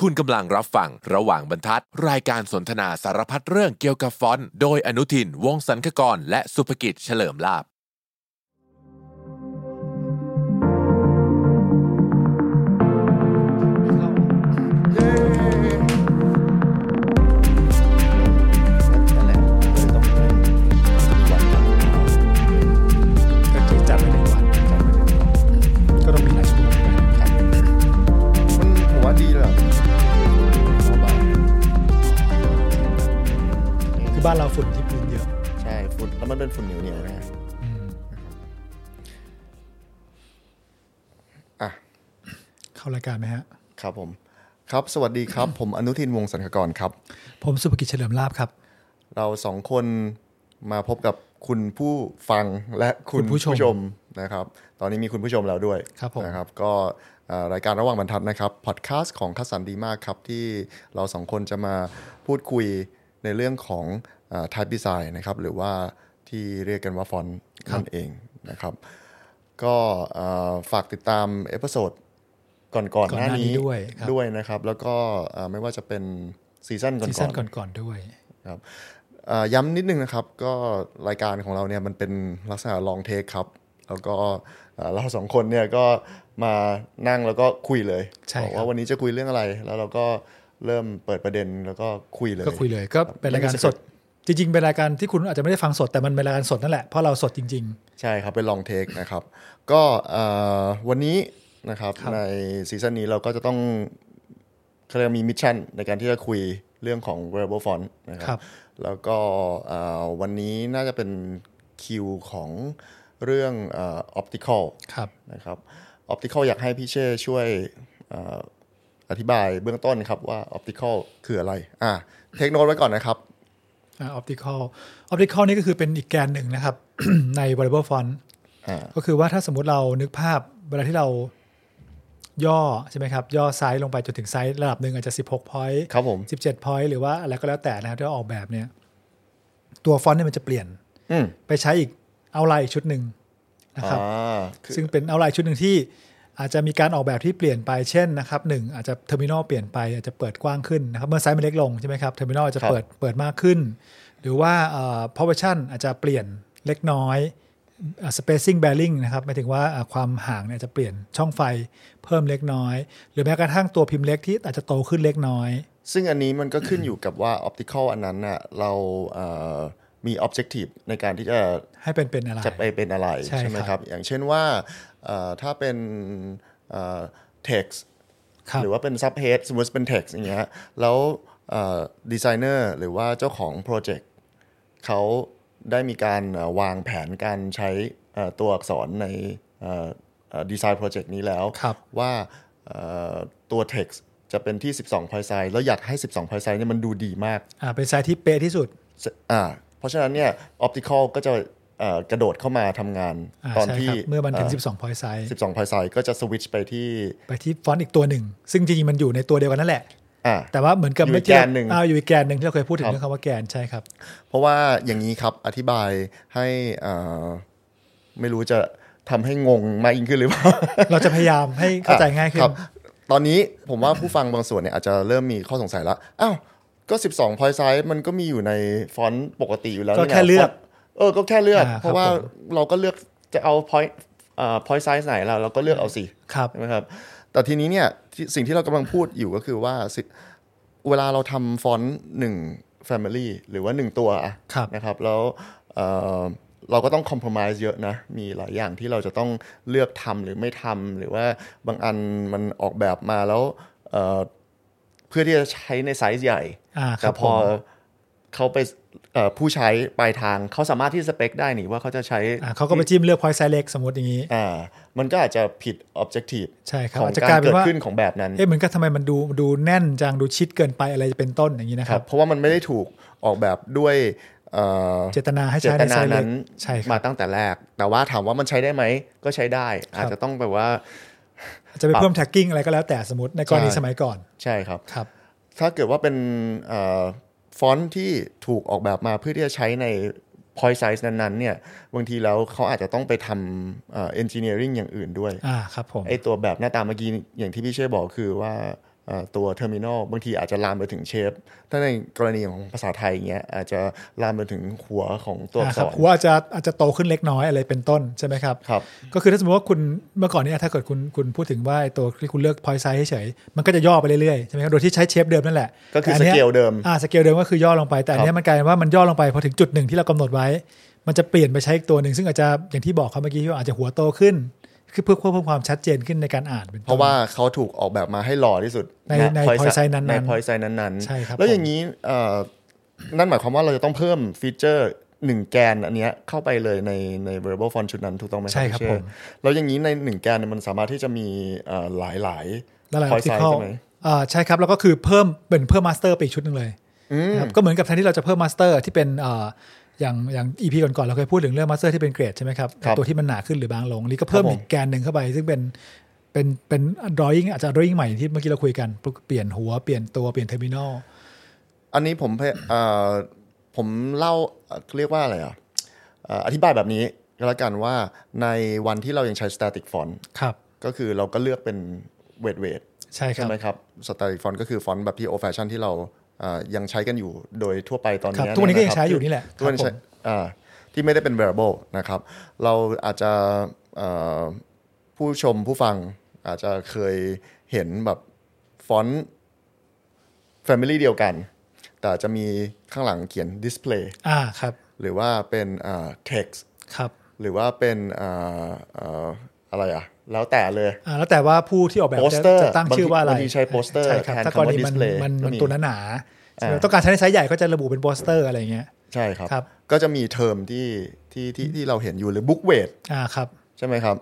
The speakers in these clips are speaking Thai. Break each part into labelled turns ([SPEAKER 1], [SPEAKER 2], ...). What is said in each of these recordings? [SPEAKER 1] คุณกำลังรับฟังระหว่างบรรทัด รายการสนทนาสารพัดเรื่องเกี่ยวกับฟอนต์โดยอนุทิน วงศ์สันคกร และสุภกิจเฉลิมลาบ
[SPEAKER 2] นั่นแหละเลยต้องมีวันจัด
[SPEAKER 3] ก็คือจัดไปหนึ่งวัน
[SPEAKER 2] จัดไปเลย
[SPEAKER 3] ก็ต้องมีหลายชั่วโมงเหมือน
[SPEAKER 2] ค
[SPEAKER 3] กัน
[SPEAKER 2] รับมันผมว่าดีเลยเบา
[SPEAKER 3] คือบ้านเราฝุ่นที่พื้นเยอะ
[SPEAKER 2] ๆใช่ฝุ่นแล้วมันเป็นฝุ่นเหนียวๆนะอ่ะ
[SPEAKER 3] เข้ารายการไหมฮะ
[SPEAKER 2] ครับผม ครับ สวัสดีครับ ผมอนุทินวงศ์สันคกรครับ
[SPEAKER 3] ผมสุภกิจเฉลิมลาบครับ
[SPEAKER 2] เราสองคนมาพบกับคุณผู้ฟังและคุณ
[SPEAKER 3] คุณผู้
[SPEAKER 2] ผู้
[SPEAKER 3] ชม
[SPEAKER 2] ชมนะครับ ตอนนี้มีคุณผู้ชมแล้วด้วย
[SPEAKER 3] ครับผม
[SPEAKER 2] นะครับ ก็เอ่อรายการระหว่างบรรทัดนะครับพอดแคสต์ของคัสสันดีมากครับ ที่เราสองคนจะมาพูดคุยในเรื่องของท y p e Design นะครับ หรือว่าที่เรียกกันว่าฟอนต์นั่นเองนะครับ ก็เอ่อฝากติดตามเอพิโซดก่อนๆ
[SPEAKER 3] ก่อนห
[SPEAKER 2] ห
[SPEAKER 3] น้า
[SPEAKER 2] น้า
[SPEAKER 3] นี้
[SPEAKER 2] นี้
[SPEAKER 3] ด้วยครับ
[SPEAKER 2] ด้วยนะครับ แล้วก็เอ่อไม่ว่าจะเป็นซีซั่นก่อน
[SPEAKER 3] ซี
[SPEAKER 2] ๆ
[SPEAKER 3] ซั่นก่อนๆด้วย
[SPEAKER 2] ครับเอ่อย้ำนิดนึงนะครับ ก็รายการของเราเนี่ยมันเป็นลักษณะลองเทคครับ แล้วก็เอ่อเราสองคนเนี่ยก็มานั่งแล้วก็คุยเลย
[SPEAKER 3] ใช่ค
[SPEAKER 2] บ
[SPEAKER 3] รับ
[SPEAKER 2] อกว่าวันนี้จะคุยเรื่องอะไร แล้วเราก็เริ่มเปิดประเด็นแล้วก็คุยเลย
[SPEAKER 3] ก็คุยเลยก็เป็นรายการ
[SPEAKER 2] ไม่มี
[SPEAKER 3] ส
[SPEAKER 2] ส
[SPEAKER 3] ด
[SPEAKER 2] คริปต์
[SPEAKER 3] จริง ๆ เป็นรายการที่คุณอาจจะไม่ได้ฟังสดแต่มันเป็นรายการสดนั่นแหละเพราะเราสดจริง
[SPEAKER 2] ใช่ครับ เป็นลองเทคนะครับ ก็เอ่อวันนี้นะครับ
[SPEAKER 3] ครับ
[SPEAKER 2] ในซีซั่นนี้เราก็จะต้องเขาเรียกมีมิชชั่นในการที่จะคุยเรื่องของ wearable font นะค
[SPEAKER 3] ๆ
[SPEAKER 2] รับ
[SPEAKER 3] ครับ
[SPEAKER 2] แล้วก็เอ่อวันนี้น่าจะเป็นคิวของเรื่องออปติคอล
[SPEAKER 3] ครับ
[SPEAKER 2] นะครับออปติคอลอยากให้พี่เช่ช่วยเอ่ออธิบายเบื้องต้นครับว่าออปติคอลคืออะไรอ่าเทคโนไว้ก่อนนะครับ
[SPEAKER 3] ออปติคอลออปติคอลนี่ก็คือเป็นอีกแกนหนึ่งนะครับ ใน variable font
[SPEAKER 2] อ่า
[SPEAKER 3] ก็คือว่าถ้าสมมติเรานึกภาพเวลาที่เราย่อใช่ไหมครับ ย่อไซส์ลงไปจนถึงไซส์ระดับหนึ่งอาจจะ 16 point
[SPEAKER 2] ครับผม
[SPEAKER 3] 17 point หรือว่าอะไรก็แล้วแต่นะครับที่เราออกแบบเนี่ย ตัวฟอนต์เนี่ยมันจะเปลี่ยน
[SPEAKER 2] อืม
[SPEAKER 3] ไปใช้อีกเอาไลน์อีกชุดหนึ่งนะครับ
[SPEAKER 2] อ่าคือ
[SPEAKER 3] ซึ่งเป็นเอาไลน์ชุดหนึ่งที่อาจจะมีการออกแบบที่เปลี่ยนไปเช่นนะครับหนึ่งอาจจะเทอร์มินอลเปลี่ยนไปอาจจะเปิดกว้างขึ้นนะครับเมื่อไซส์มันเล็กลงใช่ไหมครับเทอร์มินอลจะเปิดเปิดมากขึ้น หรือว่าเอ่อ proportion อาจจะเปลี่ยนเล็กน้อยอ่า spacing bearing นะครับหมายถึงว่าอ่าความห่างเนี่ยจะเปลี่ยนช่องไฟเพิ่มเล็กน้อย หรือแม้กระทั่งตัวพิมพ์เล็กที่อาจจะโตขึ้นเล็กน้อย
[SPEAKER 2] ซึ่งอันนี้มันก็ขึ้นอยู่กับว่าออปติคอลอันนั้นน่ะเราเอ่อมีออบเจกตีฟในการที่จะ
[SPEAKER 3] ให้เป็นเป็นอะไร
[SPEAKER 2] จะไปเป็นอะไร
[SPEAKER 3] ใช่
[SPEAKER 2] ใช่ไหม
[SPEAKER 3] ครับ
[SPEAKER 2] ครับ อย่างเช่นว่าเอ่อถ้าเป็นเอ่อ text
[SPEAKER 3] ครับ
[SPEAKER 2] หรือว่าเป็น subhead สมมติเป็น text อย่างเงี้ยแล้วดีไซเนอร์หรือว่าเจ้าของโปรเจกต์เขาได้มีการเอ่อวางแผนการใช้เอ่อตัวอักษรในดีไซน์โปรเจกต์นี้แล้ว
[SPEAKER 3] ครับ
[SPEAKER 2] ว่าเอ่อตัว text จะเป็นที่ 12 pie size แล้วอยากให้ 12 pie size เนี่ยมันดูดีมาก
[SPEAKER 3] อ่าเป็นไซส์ที่เป๊ะที่สุด
[SPEAKER 2] อ่าเพราะฉะนั้นเนี่ยออปติคอลก็จะเอ่อกระโดดเข้ามาทำงาน
[SPEAKER 3] อ่า
[SPEAKER 2] ตอน
[SPEAKER 3] ใช่
[SPEAKER 2] ที่
[SPEAKER 3] ครับเมื่อมันถึง 12 point size
[SPEAKER 2] 12 พายไซก็จะสวิตชไปที่
[SPEAKER 3] ไปที่ฟอนต์อีกตัวหนึ่ง ซึ่งจริงๆ มันอยู่ในตัวเดียวกันนั่นแหละ
[SPEAKER 2] อ่า
[SPEAKER 3] แต่ว่าเหมือนกับ
[SPEAKER 2] อยู่อีก
[SPEAKER 3] เมื่
[SPEAKER 2] แกนหนึ่ง
[SPEAKER 3] อ่าอยู่อีกแกนหนึ่งที่เราเคยพูดถึงเรื่องคำว่าแกนใช่ครับ
[SPEAKER 2] เพราะว่าอย่างนี้ครับอธิบายให้อ่าไม่รู้จะทำให้งงมากยิ่งขึ้นหรือเปล่า
[SPEAKER 3] เราจะพยายามให้ เข้าใจง่ายขึ้น
[SPEAKER 2] ครับตอนนี้ผมว่าผู้ฟังบางส่วนเนี่ยอาจจะเริ่มมีข้อสงสัยแล้ว อ้าว ก็ 12 พอยไซส์มันก็มีอยู่ในฟอนต์ปกติอยู่แล้ว
[SPEAKER 3] ก็
[SPEAKER 2] นี่นะ
[SPEAKER 3] แค่เลือ
[SPEAKER 2] ฟ
[SPEAKER 3] ก
[SPEAKER 2] นต์เออ ก็แค่เลือก
[SPEAKER 3] อ่าครับ
[SPEAKER 2] เพราะว่า
[SPEAKER 3] ผม
[SPEAKER 2] เราก็เลือกจะเอาพอยต์พอยไซส์ไหนเราเราก็เลือกเอาสิ
[SPEAKER 3] ครับ
[SPEAKER 2] ใช่ไหมครับ แต่ทีนี้เนี่ยที่สิ่งที่เรากำลังพูดอยู่ก็คือว่าสิเวลาเราทำฟอนต์หนึ่ง Family หรือว่าหนึ่งตัวอะ
[SPEAKER 3] ครับ
[SPEAKER 2] นะครับ แล้วเอ่อเราก็ต้องคอม p r o m i s e เยอะนะ มีหลายอย่างที่เราจะต้องเลือกทำหรือไม่ทำหรือว่าบางอันมันออกแบบมาแล้วเอ่อเพื่อที่จะใช้ในไซส์ใหญ่
[SPEAKER 3] อ่าค
[SPEAKER 2] แต่
[SPEAKER 3] รับ
[SPEAKER 2] พ
[SPEAKER 3] ผ
[SPEAKER 2] อ
[SPEAKER 3] ม
[SPEAKER 2] เขาไปเอ่อผู้ใช้ปลายทางเขาสามารถที่สเปคได้นี่ว่าเขาจะใช้
[SPEAKER 3] อ่าเขาก็ไปจิ้มเลือก point size เล็กสมมติอย่างนี้
[SPEAKER 2] อ่ามันก็อาจจะผิด objective
[SPEAKER 3] ใช่ครับ
[SPEAKER 2] ของ
[SPEAKER 3] อาจจะ
[SPEAKER 2] กาก
[SPEAKER 3] ลาร ยเป็
[SPEAKER 2] เกิ
[SPEAKER 3] น
[SPEAKER 2] ด
[SPEAKER 3] ว่า
[SPEAKER 2] ขึ้นของแบบนั้น
[SPEAKER 3] เอ๊ะเหมือนกับทำไมมันดูดูแน่นจังดูชิดเกินไปอะไรเป็นต้นอย่างนี้นะ
[SPEAKER 2] ค
[SPEAKER 3] ค
[SPEAKER 2] รั
[SPEAKER 3] รั
[SPEAKER 2] บบ เพราะว่ามันไม่ได้ถูกออกแบบด้วยเอ่อ
[SPEAKER 3] เจตนาให้
[SPEAKER 2] เจ
[SPEAKER 3] ใช้
[SPEAKER 2] ต
[SPEAKER 3] ใน
[SPEAKER 2] นา
[SPEAKER 3] ไซส์เล็
[SPEAKER 2] นั้
[SPEAKER 3] ก
[SPEAKER 2] น
[SPEAKER 3] ใช่ครับ
[SPEAKER 2] มาตั้งแต่แรก แต่ว่าถามว่ามันใช้ได้ไหมก็ใช้ได้ อาจจะต้องแบบว่า
[SPEAKER 3] อาจจะไปเพิ่ม tagging อะไรก็แล้วแต่สมมติในกรณี
[SPEAKER 2] ใช่
[SPEAKER 3] สมัยก่อน
[SPEAKER 2] ใช่ครับ
[SPEAKER 3] ครับ
[SPEAKER 2] ถ้าเกิดว่าเป็นเอ่อฟอนต์ที่ถูกออกแบบมาเพื่อที่จะใช้ใน point size นั้นๆเนี่ยบางทีแล้วเขาอาจจะต้องไปทำเอ่อ engineering อย่างอื่นด้วย
[SPEAKER 3] อ่าครับผม
[SPEAKER 2] ไอตัวแบบหน้าตาเมื่อกี้อย่างที่พี่เช่บอกคือว่า อ่าตัวเทอร์มินอลบางทีอาจจะลามไปถึงเชฟถ้าในกรณีของภาษาไทยอย่างเงี้ยอาจจะลามไปถึงหัวของตัวอัก
[SPEAKER 3] นะค
[SPEAKER 2] ษ
[SPEAKER 3] รับ
[SPEAKER 2] ร
[SPEAKER 3] หัวอาจจะอาจจะโตขึ้นเล็กน้อยอะไรเป็นต้นใช่ไหมครับ
[SPEAKER 2] ครับ
[SPEAKER 3] ก็คือถ้าสมมติว่าคุณเมื่อก่อนเนี้ถ้าเกิดคุณคุณพูดถึงว่าไอ้ตัวที่คุณเลือกพอยไซส์เฉยๆมันก็จะย่อไปเรื่อยๆใช่ไหมครับโดยที่ใช้เชฟเดิมนั่นแหละ
[SPEAKER 2] ก็คือ
[SPEAKER 3] แต่นนี้
[SPEAKER 2] ส
[SPEAKER 3] ย
[SPEAKER 2] เกลเดิม
[SPEAKER 3] อ่าสเกลเดิมก็คือย่อลงไปแต่อันเนี้ยมันกลายเป็นว่ามันย่อลงไปพอถึงจุดหนึ่งที่เรากำหนดไว้ มันจะเปลี่ยนไปใช้อีกตัวหนึ่งซึ่งอาจจะอย่างที่บอกครับเมื่อกี้ว่าอาจจะหัวโตขึ้นคือเพื่อเพิ่มความชัดเจนขึ้นในการอ่านป็นต้น
[SPEAKER 2] เพราะว่าเขาถูกออกแบบมาให้หล่อที่สุด
[SPEAKER 3] ในใน
[SPEAKER 2] พอย
[SPEAKER 3] point
[SPEAKER 2] ไซ
[SPEAKER 3] size
[SPEAKER 2] น์
[SPEAKER 3] นั้นๆ
[SPEAKER 2] ในพอยไซน์นั้นๆ
[SPEAKER 3] ใช่ครับ
[SPEAKER 2] แล้ว
[SPEAKER 3] ผม
[SPEAKER 2] อย่างนี้เอ่อนั่นหมายความว่าเราจะต้องเพิ่มฟีเจอร์หนึ่งแกนอันเนี้ยเข้าไปเลยในใน variable font ชุดนั้นถูกต้องไหม
[SPEAKER 3] ใช่ครับ
[SPEAKER 2] พี่เ
[SPEAKER 3] ผม
[SPEAKER 2] แล้วอย่างนี้ในหนึ่งแกนเนี่ยมันสามารถที่จะมีเอ่อหลายหลาย
[SPEAKER 3] แล้วหลาย
[SPEAKER 2] พอยไซน์
[SPEAKER 3] optical
[SPEAKER 2] ใช่ไหม
[SPEAKER 3] อ่าใช่ครับแล้วก็คือเพิ่มเป็นเพิ่มมาสเตอร์ไปอีกชุดหนึ่งเลยนะครับก็เหมือนกับแทนที่เราจะเพิ่มมาสเตอร์ที่เป็นอ่าอย่างอย่าง EP ก่อนๆเราเคยพูดถึงเรื่องมาสเตอร์ที่เป็นเกรดใช่ไหมครับ
[SPEAKER 2] ครับ
[SPEAKER 3] ตัวที่มันหนาขึ้นหรือบางลงนี่ก็เพิ่ม
[SPEAKER 2] ครับผม
[SPEAKER 3] อีกแกนหนึ่งเข้าไป ซึ่งเป็นเป็นเป็น drawing อาจจะ drawing ใหม่ที่เมื่อกี้เราคุยกันเปลี่ยนหัวเปลี่ยนตัวเปลี่ยน terminal
[SPEAKER 2] อันนี้ผมพยเอ่อผมเล่าเอ่อเรียกว่าอะไรอ่ะเอ่ออธิบายแบบนี้ก็แล้วกันว่าในวันที่เรายังใช้ static font
[SPEAKER 3] ครับ
[SPEAKER 2] ก็คือเราก็เลือกเป็นเวทเวท
[SPEAKER 3] ใช่ค
[SPEAKER 2] ใช่
[SPEAKER 3] รับ
[SPEAKER 2] ไหมครับสไตล์ฟอนต์ก็คือฟอนต์แบบที่โอแฟชั่นที่เราอ่ายังใช้กันอยู่โดยทั่วไปตอน
[SPEAKER 3] ครับ
[SPEAKER 2] นี้
[SPEAKER 3] ทุกวันนี้ก็ยัง
[SPEAKER 2] ะครับ
[SPEAKER 3] ใช้อยู่นี่แหละ
[SPEAKER 2] ทุกวันนี้
[SPEAKER 3] ครั
[SPEAKER 2] ใช้
[SPEAKER 3] บผม
[SPEAKER 2] อ่าที่ไม่ได้เป็น variable นะครับ เราอาจจะเอ่อผู้ชมผู้ฟังอาจจะเคยเห็นแบบฟอนต์ Family เดียวกัน แต่จะมีข้างหลังเขียน display
[SPEAKER 3] อ่าครับ
[SPEAKER 2] หรือว่าเป็นอ่า text
[SPEAKER 3] ครับ
[SPEAKER 2] หรือว่าเป็นอ่าอ่าอะไรอะแล้วแต่เลย
[SPEAKER 3] อ่าแล้วแต่ว่าผู้ที่ออกแบบ
[SPEAKER 2] โปส
[SPEAKER 3] จะ
[SPEAKER 2] เตอร์
[SPEAKER 3] จะตั้งชื่อว่าอะไร
[SPEAKER 2] บางทีใช้โปสเตอร์
[SPEAKER 3] ใช่ครับ
[SPEAKER 2] แทน
[SPEAKER 3] ถ้าก
[SPEAKER 2] คำ
[SPEAKER 3] ร
[SPEAKER 2] ว่า
[SPEAKER 3] ณีมัน
[SPEAKER 2] display
[SPEAKER 3] มันมัน
[SPEAKER 2] ก็มี
[SPEAKER 3] ตัวหนาๆใช่ไหม
[SPEAKER 2] อ่า
[SPEAKER 3] ต้องการใช้ในไซส์ใหญ่ก็จะระบุเป็นโปสเตอร์อะไรอย่างเงี้ย
[SPEAKER 2] ใช่ครับ
[SPEAKER 3] ครับ
[SPEAKER 2] ก็จะมีเทอมที่ที่ที่ที่เราเห็นอยู่หรือบุ๊กเวท
[SPEAKER 3] อ่าครับ
[SPEAKER 2] ใช่ไหมครับ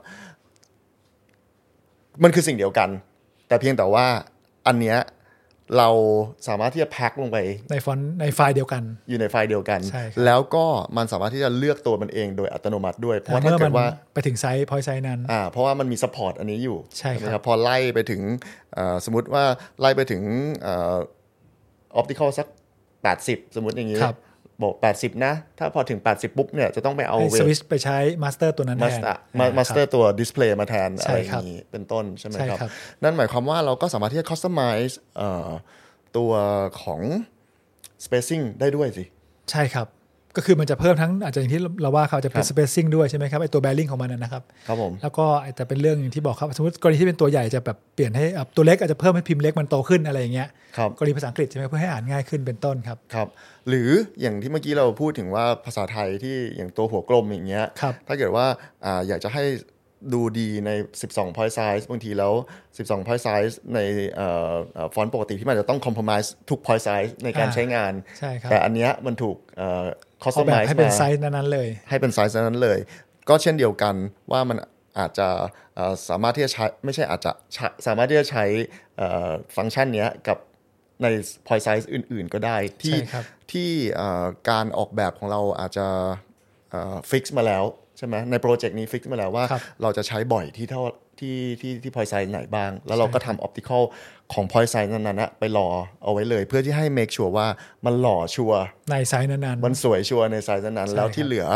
[SPEAKER 2] มันคือสิ่งเดียวกัน แต่เพียงแต่ว่าอันเนี้ยเราสามารถที่จะแพ็คลงไป
[SPEAKER 3] ในฟอนต์ในไฟล์เดียวกัน
[SPEAKER 2] อยู่ในไฟล์เดียวกัน
[SPEAKER 3] ใช่ครับ
[SPEAKER 2] แล้วก็มันสามารถที่จะเลือกตัวมันเองโดยอัตโนมัติด้วย เพราะว่า
[SPEAKER 3] แต่
[SPEAKER 2] ถ้า
[SPEAKER 3] เมื่อ
[SPEAKER 2] เกิ
[SPEAKER 3] มั
[SPEAKER 2] ดว่า
[SPEAKER 3] ไปถึงไซส์พอยไซส์นั้น
[SPEAKER 2] อ่าเพราะว่ามันมีสปอร์ตอันนี้อยู่
[SPEAKER 3] ใช่
[SPEAKER 2] ไหม
[SPEAKER 3] ครับ
[SPEAKER 2] พอไล่ไปถึงเอ่อสมมติว่าไล่ไปถึงเออปติคอลสัก 80 สมมติอย่างนี้
[SPEAKER 3] ครับ
[SPEAKER 2] บอก 80 นะ ถ้าพอถึง 80 ปุ๊บเนี่ยจะต้องไปเอา
[SPEAKER 3] ให้
[SPEAKER 2] เว
[SPEAKER 3] ส
[SPEAKER 2] ท
[SPEAKER 3] วิตชไปใช้มาสเตอร์ตัวนั้นแท
[SPEAKER 2] มาส
[SPEAKER 3] น
[SPEAKER 2] เตอร์มาสเตอ
[SPEAKER 3] คบ
[SPEAKER 2] ร์ตัวดิสเพลย์มาแทนอะ
[SPEAKER 3] ใช่
[SPEAKER 2] ไรอ
[SPEAKER 3] ครับ
[SPEAKER 2] ย่างนี้เป็นต้นใช่ไหม
[SPEAKER 3] ใช่
[SPEAKER 2] ครับ
[SPEAKER 3] ครับ
[SPEAKER 2] นั่นหมายความว่าเราก็สามารถที่จะ customize เอ่อตัวของ spacing ได้ด้วยสิ
[SPEAKER 3] ใช่ครับ ก็คือมันจะเพิ่มทั้งอาจจะอย่างที่เราว่าเขาจะเป็น
[SPEAKER 2] ครับ
[SPEAKER 3] สเปซซิ่งด้วยใช่ไหมครับไอตัวแบริ่งของมันนะนะครับ
[SPEAKER 2] ครับผม
[SPEAKER 3] แล้วก็อาจจะเป็นเรื่องอย่างที่บอกครับ สมมติกรณีที่เป็นตัวใหญ่จะแบบเปลี่ยนให้อ่ะตัวเล็กอาจจะเพิ่มให้พิมพ์เล็กมันโตขึ้นอะไรอย่างเงี้ย
[SPEAKER 2] ครับ
[SPEAKER 3] กรณีภาษาอังกฤษใช่ไหมเพื่อให้อ่านง่ายขึ้นเป็นต้นครับ
[SPEAKER 2] ครับหรืออย่างที่เมื่อกี้เราพูดถึงว่าภาษาไทยที่อย่างตัวหัวกลมอย่างเงี้ย
[SPEAKER 3] ครับ
[SPEAKER 2] ถ้าเกิดว่าอาอยากจะให้ดูดีใน 12 point size บางทีแล้ว 12 point size ในเอ่อเอ่อฟอนต์ปกติที่มันจะต้อง compromise ทุก point size ในการ
[SPEAKER 3] อ่า
[SPEAKER 2] ใช้งาน
[SPEAKER 3] ใช่ครับ
[SPEAKER 2] แต่อันเนี้ยมันถูกเอ่อ
[SPEAKER 3] ออกแบบ
[SPEAKER 2] customize
[SPEAKER 3] ให้เป็น
[SPEAKER 2] มา
[SPEAKER 3] ไซส์นั้นๆเลย
[SPEAKER 2] ให้เป็นไซส์นั้นเลย ก็เช่นเดียวกันว่ามันอาจจะเอ่อสามารถที่จะใช้ไม่ใช่อาจจะใช้สามารถที่จะใช้เอ่อฟังก์ชันเนี้ยกับใน point size อื่นๆ ก็ได้ที่
[SPEAKER 3] ใช่ครับ
[SPEAKER 2] ที่เอ่อการออกแบบของเราอาจจะฟิกซ์มาแล้วใช่ไหมในโปรเจกต์นี้ฟิกซ์มาแล้วว่า เราจะใช้บ่อยที่เท่าที่ที่ที่ point size ไหนบ้าง แล้วเราก็ทำ optical ของ point size นั้นๆนะไปหล่อเอาไว้เลย เพื่อที่ให้ make sure ว่ามันหล่อชัวร์
[SPEAKER 3] ในไซส์นั้น
[SPEAKER 2] มันสวยชัวร์ในไซส์นั้นๆแล้วที่เหลือ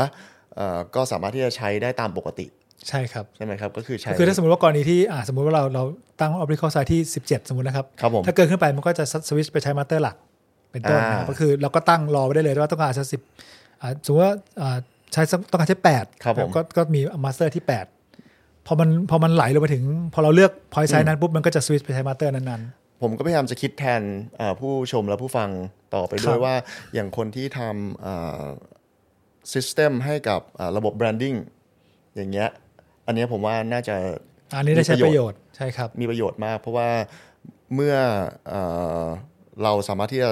[SPEAKER 2] เอ่อก็สามารถที่จะใช้ได้ตามปกติ
[SPEAKER 3] ๆใช่ครับ
[SPEAKER 2] ใช่ไหมครับ ก็คือใช้
[SPEAKER 3] คือถ้าสมมติว่ากรณีที่อ่าสมมติว่าเราเราตั้งออปติคอลไซที่ 17 สมมตินะครับ
[SPEAKER 2] ครับผม
[SPEAKER 3] ถ้าเกินขึ้นไปมันก็จะสวิตชไปใช้มาสเตอร์หลัก เป็นต้นนะครับ
[SPEAKER 2] อ่า
[SPEAKER 3] ก็คือเราก็ตั้งรอไว้ได้เลยว่าต้องการจะสิบอ่าสมมติว่าอ่าใช้สักต้องการใช้แปด
[SPEAKER 2] ครับผม
[SPEAKER 3] ก็ก็มีมาสเตอร์ที่แปดพอมันพอมันไหลลงไปถึง พอเราเลือกพอยไซนั้นปุ๊บมันก็จะสวิตชไปใช้มาสเตอร์นั้น
[SPEAKER 2] ผมก็พยายามจะคิดแทนเอ่อผู้ชมและผู้ฟังต่อไปด้ว
[SPEAKER 3] ค
[SPEAKER 2] ย
[SPEAKER 3] รับ
[SPEAKER 2] ว่าอย่างคนที่ทำซิสเต็มให้กับเอ่อระบบแบรนดิ้งอย่างเงี้ยอันเนี้ยผมว่าน่าจะ
[SPEAKER 3] ๆอันนี้ได้ใช้
[SPEAKER 2] มี
[SPEAKER 3] ป
[SPEAKER 2] ประ
[SPEAKER 3] ระ
[SPEAKER 2] โย
[SPEAKER 3] โย
[SPEAKER 2] ช
[SPEAKER 3] ช
[SPEAKER 2] น์
[SPEAKER 3] น์ใช่ครับ
[SPEAKER 2] มีประโยชน์มาก เพราะว่าเมื่อเอ่อเราสามารถที่จะ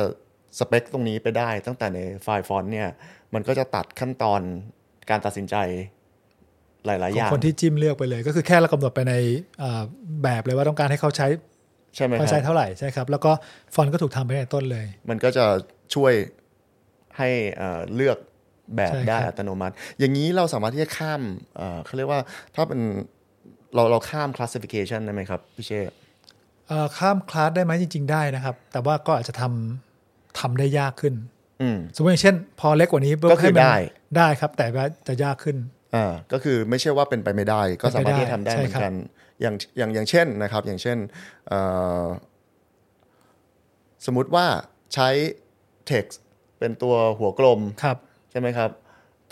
[SPEAKER 2] สเปคตรงนี้ไปได้ตั้งแต่ในไฟล์ฟอนต์เนี่ยมันก็จะตัดขั้นตอนการตัดสินใจหลาย ๆ
[SPEAKER 3] ข
[SPEAKER 2] อ
[SPEAKER 3] อง
[SPEAKER 2] ย่าง
[SPEAKER 3] คนที่จิ้มเลือกไปเลย ก็คือแค่เรากำหนดไปในอ่าแบบเลยว่าต้องการให้เขาใช้
[SPEAKER 2] ใช่ไหมค
[SPEAKER 3] พอยไซ
[SPEAKER 2] รับ
[SPEAKER 3] เท่าไหร่ใช่ครับแล้วก็ฟอนต์ก็ถูกทำไปในต้นเลย
[SPEAKER 2] มันก็จะช่วยให้เอ่อเลือกแบบ
[SPEAKER 3] ใช่ครับ
[SPEAKER 2] ได้อัตโนมัติ อย่างนี้เราสามารถที่จะข้ามเอ่อเขาเรียกว่าถ้าเป็นเราเราข้าม classification ได้ไหมครับพี่เชษ
[SPEAKER 3] เอ่อข้ามคลาสได้ไหมจริง ๆ ได้นะครับ แต่ว่าก็อาจจะทำทำได้ยากขึ้น
[SPEAKER 2] อืม
[SPEAKER 3] สมมติอย่างเช่น พอเล็กกว่านี้ปุ๊บ
[SPEAKER 2] ก็คือ
[SPEAKER 3] ให้มัน
[SPEAKER 2] ได้
[SPEAKER 3] ได้ครับ แต่ว่าจะยากขึ้น
[SPEAKER 2] อ่าก็คือไม่ใช่ว่าเป็นไปไม่ได้ ก็สามารถที่จะทำได้
[SPEAKER 3] ใช่
[SPEAKER 2] เหมือ
[SPEAKER 3] ครั
[SPEAKER 2] น
[SPEAKER 3] บ
[SPEAKER 2] กัน อย่างอย่างอย่างเช่นนะครับ อย่างเช่นเอ่อ สมมุติว่าใช้ text เป็นตัวหัวกลม
[SPEAKER 3] ครับ
[SPEAKER 2] ใช่ไหมครับ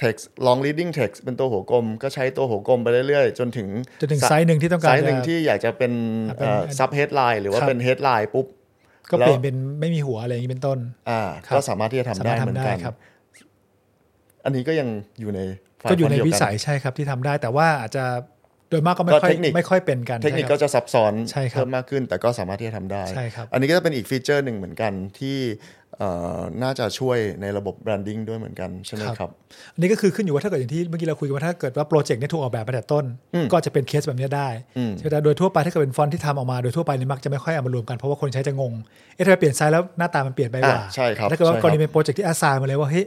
[SPEAKER 2] text long leading text เป็นตัวหัวกลม ก็ใช้ตัวหัวกลมไปเรื่อยๆ จนถึง
[SPEAKER 3] จนถึงไซส์หนึ่งที่ต้องการ
[SPEAKER 2] ไซส์หนึ่ง
[SPEAKER 3] จะ
[SPEAKER 2] ที่อยากจะเป็น
[SPEAKER 3] อ่ะเป็น
[SPEAKER 2] เอ่อ sub headline หรือว่า
[SPEAKER 3] ครับ
[SPEAKER 2] เป็น headline ปุ๊บ
[SPEAKER 3] ก็
[SPEAKER 2] แล้ว
[SPEAKER 3] เปลี่ยนเป็นไม่มีหัวอะไรอย่างนี้เป็นต้น
[SPEAKER 2] อ่า
[SPEAKER 3] ครับ
[SPEAKER 2] ก็สามารถที่จะทำ
[SPEAKER 3] สา
[SPEAKER 2] ได้
[SPEAKER 3] มารถ
[SPEAKER 2] เหมือ
[SPEAKER 3] ทำ
[SPEAKER 2] น
[SPEAKER 3] ได้
[SPEAKER 2] กัน
[SPEAKER 3] ครับ
[SPEAKER 2] อันนี้ก็ยังอยู่ในฝ่า
[SPEAKER 3] ก็อยู่ใน
[SPEAKER 2] ความเดี
[SPEAKER 3] วิ
[SPEAKER 2] กั
[SPEAKER 3] สัยใช่ครับที่ทำได้แต่ว่าอาจจะโดยมากก็ไม่
[SPEAKER 2] ก็
[SPEAKER 3] ค่อย
[SPEAKER 2] เทคนิค
[SPEAKER 3] ไม่ค่อยเป็นกัน
[SPEAKER 2] เทคนิค
[SPEAKER 3] ใช่
[SPEAKER 2] ก็
[SPEAKER 3] รับ
[SPEAKER 2] จะซับซ้อน
[SPEAKER 3] ใช่ครับ
[SPEAKER 2] เพิ่มมากขึ้น แต่ก็สามารถที่จะทำได้
[SPEAKER 3] ใช่ครับ
[SPEAKER 2] อันนี้ก็จะเป็นอีกฟีเจอร์หนึ่งเหมือนกันที่เอ่อน่าจะช่วยในระบบแบรนดิ้งด้วยเหมือนกันใช่ไหมครับ
[SPEAKER 3] อันนี้ก็คือขึ้นอยู่ว่าถ้าเกิดอย่างที่เมื่อกี้เราคุยกันว่าถ้าเกิดว่าโปรเจกต์เนี้ถูกออกแบบมาแต่ต้น
[SPEAKER 2] อืม
[SPEAKER 3] ก็จะเป็นเคสแบบเนี้ยได้
[SPEAKER 2] อืม
[SPEAKER 3] ใช่ไหมแต่โดยทั่วไปถ้าเกิดเป็นฟอนต์ที่ทำออกมาโดยทั่วไปเนี่ยมักจะไม่ค่อยเอามารวมกันเพราะว่าคนใช้จะงงเอ๊ะทำไมเปลี่ยนไซส์แล้วหน้าตามันเปลี่ยนไป
[SPEAKER 2] อ่า
[SPEAKER 3] ว่า
[SPEAKER 2] ใช่ครับ
[SPEAKER 3] ถ้าเกิดว่า
[SPEAKER 2] ใช่ค
[SPEAKER 3] ก
[SPEAKER 2] บ
[SPEAKER 3] รณีเป็นโปรเจกต์ที่อาซายมาเลยว่าเฮ้ย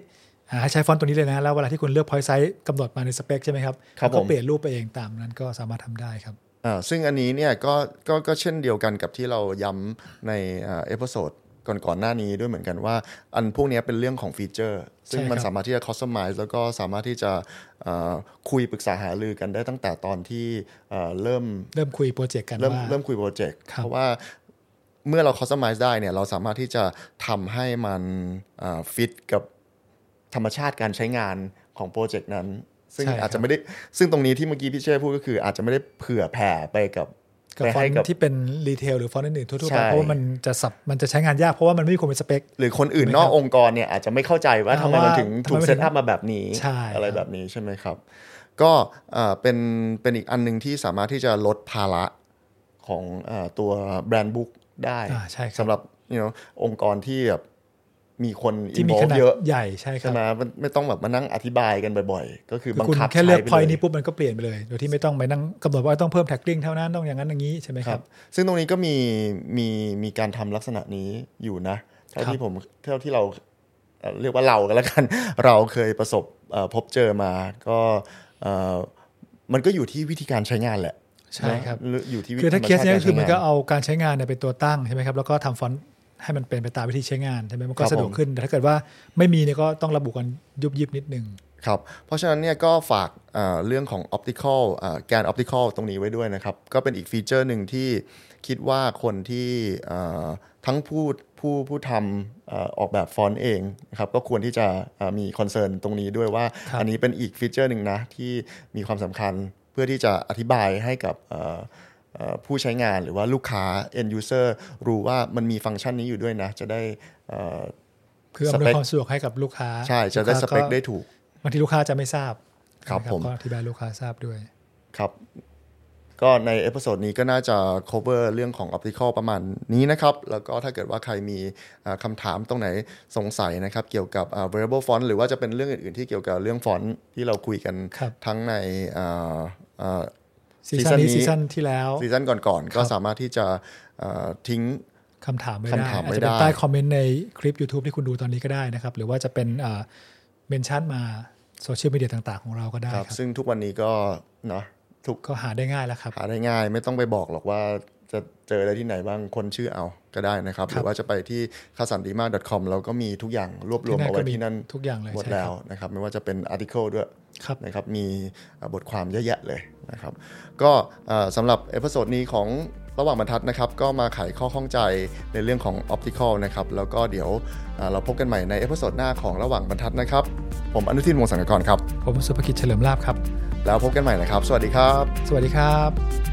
[SPEAKER 3] อ่าให้ใช้ฟอนต์ตัวนี้เลยนะแล้วเวลาที่คุณเลือกพอยไซส์กำหนดมาในสเปคใช่ไหมครับมันก็เปลี่ยนรูปไปเองตามนั้นก็สามารถทำได้ครับ
[SPEAKER 2] อ่าซึ่งอันนี้เนี่ยก็ก็ก็เช่นเดียวกันกับที่เราย้ำในเอพิโซดก่อนๆหน้านี้ด้วยเหมือนกันว่า อันพวกเนี้ยเป็นเรื่องของฟีเจอร์ ซึ่งมัน
[SPEAKER 3] ใช่ครับ
[SPEAKER 2] สามารถที่จะคอสตอมไมซ์แล้วก็สามารถที่จะเอ่อคุยปรึกษาหารือกันได้ตั้งแต่ตอนที่เอ่อเริ่ม
[SPEAKER 3] เริ่มคุยโปรเจกต์กัน
[SPEAKER 2] เริ่ม
[SPEAKER 3] ว่า
[SPEAKER 2] เริ่มคุยโปรเจกต์
[SPEAKER 3] ครับ
[SPEAKER 2] เพราะว่าเมื่อเรา customize ได้เนี่ยเราสามารถที่จะทำให้มันฟิตกับธรรมชาติการใช้งานของโปรเจกต์นั้น ซึ่งอาจจะไม่ได้ซึ่งตรงนี้ที่เมื่อกี้พี่เช่พูดก็คือ อาจจะไม่ได้เผื่อแผ่ไปกับ
[SPEAKER 3] กับ
[SPEAKER 2] ไป
[SPEAKER 3] ฟอน
[SPEAKER 2] ให้กับ
[SPEAKER 3] ต์ที่เป็นรีเทลหรือฟอนต์อื่นๆทั่วๆ
[SPEAKER 2] ใช่
[SPEAKER 3] ไปเพราะว่ามันจะสับมันจะใช้งานยากเพราะว่ามันไม่มีคนเป็นสเปค
[SPEAKER 2] หรือคนอื่นนอกองค์กรเนี่ยอาจจะไม่เข้าใจว่า
[SPEAKER 3] อ่า
[SPEAKER 2] ทำไมมัน
[SPEAKER 3] ว่า
[SPEAKER 2] ถึงถูก
[SPEAKER 3] ทำไมมัน
[SPEAKER 2] เซตอัพมาแบบนี้
[SPEAKER 3] ใช่
[SPEAKER 2] อะไร
[SPEAKER 3] ครับ
[SPEAKER 2] แบบนี้ใช่ไหมครับ ก็เอ่อเป็นเป็นอีกอันหนึ่งที่สามารถที่จะลดภาระของเออตัวแบรนด์บุ๊กได้
[SPEAKER 3] อ่าใช่ครับ
[SPEAKER 2] สำหรับ you know, องค์กรที่แบบมีคนอิ
[SPEAKER 3] ที่
[SPEAKER 2] น
[SPEAKER 3] มี
[SPEAKER 2] โว
[SPEAKER 3] ขนาด
[SPEAKER 2] เยอะ
[SPEAKER 3] ใหญ่ใช่ครั
[SPEAKER 2] ใช่
[SPEAKER 3] บ
[SPEAKER 2] ไหมมันไม่ต้องแบบมานั่งอธิบายกันบ่อยๆ ก็คือ
[SPEAKER 3] คือ
[SPEAKER 2] บัง
[SPEAKER 3] คุณ
[SPEAKER 2] คับ
[SPEAKER 3] แค่เลือก
[SPEAKER 2] ใช้
[SPEAKER 3] พอย
[SPEAKER 2] ไปเล
[SPEAKER 3] นี้
[SPEAKER 2] ย
[SPEAKER 3] ปุ๊บมันก็เปลี่ยนไปเลย โดยที่ไม่ต้องไปนั่งกำหนดว่าต้องเพิ่มแท็กกิ้งเท่านั้นต้องอย่างนั้นอย่างนี้ใช่ไหม
[SPEAKER 2] ค
[SPEAKER 3] ค
[SPEAKER 2] รั
[SPEAKER 3] รั
[SPEAKER 2] บบ ซึ่งตรงนี้ก็มีมีมีการทำลักษณะนี้อยู่นะเท่า
[SPEAKER 3] ครับ
[SPEAKER 2] ที่ผมเท่าที่เราเอ่อเรียกว่าเรากันแล้วกัน เราเคยประสบเอ่อพบเจอมาก็เอ่อมันก็อยู่ที่วิธีการใช้งานแหละ
[SPEAKER 3] ใช่ครับ
[SPEAKER 2] นะหออยู่ที่วิ
[SPEAKER 3] คือถ้าเคสเนี้ย
[SPEAKER 2] ธรร
[SPEAKER 3] ก็คือมัน
[SPEAKER 2] ชาติารใช้งา
[SPEAKER 3] ก็เอาการใช้งานเนี่ยเป็นตัวตั้งใช่ไหมครับแล้วก็ทำฟอนต์ให้มันเป็นไปตามวิธีใช้งานใช่ไหมมันก็
[SPEAKER 2] ครับ
[SPEAKER 3] สะดวก
[SPEAKER 2] ผม
[SPEAKER 3] ขึ้นแต่ถ้าเกิดว่าไม่มีเนี่ยก็ต้องระบุกันยุบยิบนิดนึง
[SPEAKER 2] ครับ เพราะฉะนั้นเนี่ยก็ฝากเอ่อเรื่องของ optical เอ่อแกน optical ตรงนี้ไว้ด้วยนะครับ ก็เป็นอีกฟีเจอร์หนึ่งที่คิดว่าคนที่เอ่อทั้งผู้ผู้ผู้ทำเอ่อออกแบบฟอนต์เองนะครับก็ควรที่จะเอ่อมีคอนเซิร์นตรงนี้ด้วยว่า
[SPEAKER 3] ครับ
[SPEAKER 2] อันนี้เป็นอีกฟีเจอร์หนึ่งนะ ที่มีความสำคัญเพื่อที่จะอธิบายให้กับเอ่อเอ่อผู้ใช้งานหรือว่าลูกค้า end user รู้ว่ามันมีฟังก์ชันนี้อยู่ด้วยนะ จะได้เอ่อ
[SPEAKER 3] คือ
[SPEAKER 2] ส
[SPEAKER 3] อำน
[SPEAKER 2] เป
[SPEAKER 3] ว
[SPEAKER 2] ค
[SPEAKER 3] ยความสะดวกให้กับลูกค้า
[SPEAKER 2] ใช่จะได้
[SPEAKER 3] ลูก
[SPEAKER 2] ส
[SPEAKER 3] ค้า
[SPEAKER 2] เปค
[SPEAKER 3] ก็
[SPEAKER 2] ได้ถูก
[SPEAKER 3] บางทีลูกค้าจะไม่ทราบ
[SPEAKER 2] ครับ
[SPEAKER 3] นะ
[SPEAKER 2] ผม
[SPEAKER 3] ก็อธิบายลูกค้าทราบด้วย
[SPEAKER 2] ครับ ก็ในเอพิโซดนี้ก็น่าจะ cover เรื่องของ optical ประมาณนี้นะครับ แล้วก็ถ้าเกิดว่าใครมีอ่าคำถามตรงไหนสงสัยนะครับ เกี่ยวกับอ่า variable font หรือว่าจะเป็นเรื่องอื่นๆ ที่เกี่ยวกับเรื่องฟอนต์ที่เราคุยกัน
[SPEAKER 3] ครับ
[SPEAKER 2] ทั้งในอ่าอ่า
[SPEAKER 3] ซีซั่นนี้
[SPEAKER 2] ซี
[SPEAKER 3] ซี
[SPEAKER 2] ซั่
[SPEAKER 3] ซั่
[SPEAKER 2] น
[SPEAKER 3] น
[SPEAKER 2] นี้
[SPEAKER 3] ที่แล้ว
[SPEAKER 2] ซีซั่นก่อนๆ ก็สามารถที่จะอ่าทิ้ง
[SPEAKER 3] คำถามไม่ได้
[SPEAKER 2] คำถาม
[SPEAKER 3] อาจ
[SPEAKER 2] ไม่
[SPEAKER 3] จะ
[SPEAKER 2] ได้
[SPEAKER 3] เป็นใต้คอมเมนต์ในคลิป YouTube ที่คุณดูตอนนี้ก็ได้นะครับ หรือว่าจะเป็นเมนชั่นมาโซเชียลมีเดียต่าง ๆ ของเราก็ได้
[SPEAKER 2] ค
[SPEAKER 3] ค
[SPEAKER 2] รั
[SPEAKER 3] รั
[SPEAKER 2] บบ ซึ่งทุกวันนี้ก็เนาะทุก
[SPEAKER 3] ก็หาได้ง่ายแล้วครับ
[SPEAKER 2] หาได้ง่าย ไม่ต้องไปบอกหรอกว่าจะเจอได้ที่ไหนบ้างคนชื่อเอาก็ได้นะครับ หรือว่าจะไปที่ k a s a n d i m a c o m เราก็มีทุกอย่างรวบรวมเอาไว้ที่นั่น
[SPEAKER 3] ทุกอย่างเลย
[SPEAKER 2] หมด
[SPEAKER 3] ใช่
[SPEAKER 2] แล้
[SPEAKER 3] คว รับ
[SPEAKER 2] นะครับไม่ว่าจะเป็นอาร์ติเคิลด้วย
[SPEAKER 3] ครับ
[SPEAKER 2] นะครับมีบทความเยอะแยะเลยนะครับก็เอ่อสำหรับเอพิโซดนี้ของระหว่างบรรทัดนะครับ ก็มาไขข้อข้องใจในเรื่องของ Optical นะครับแล้วก็เดี๋ยวเอ่อเราพบกันใหม่ในเอพิโซดหน้าของระหว่างบรรทัดนะครับ ผมอนุทินวงศ์สังกกรครับ
[SPEAKER 3] ผมสุภกิจเฉลิมลาบครับ
[SPEAKER 2] แล้วพบกันใหม่นะครับ สวัสดีครับ
[SPEAKER 3] สวัสดีครับ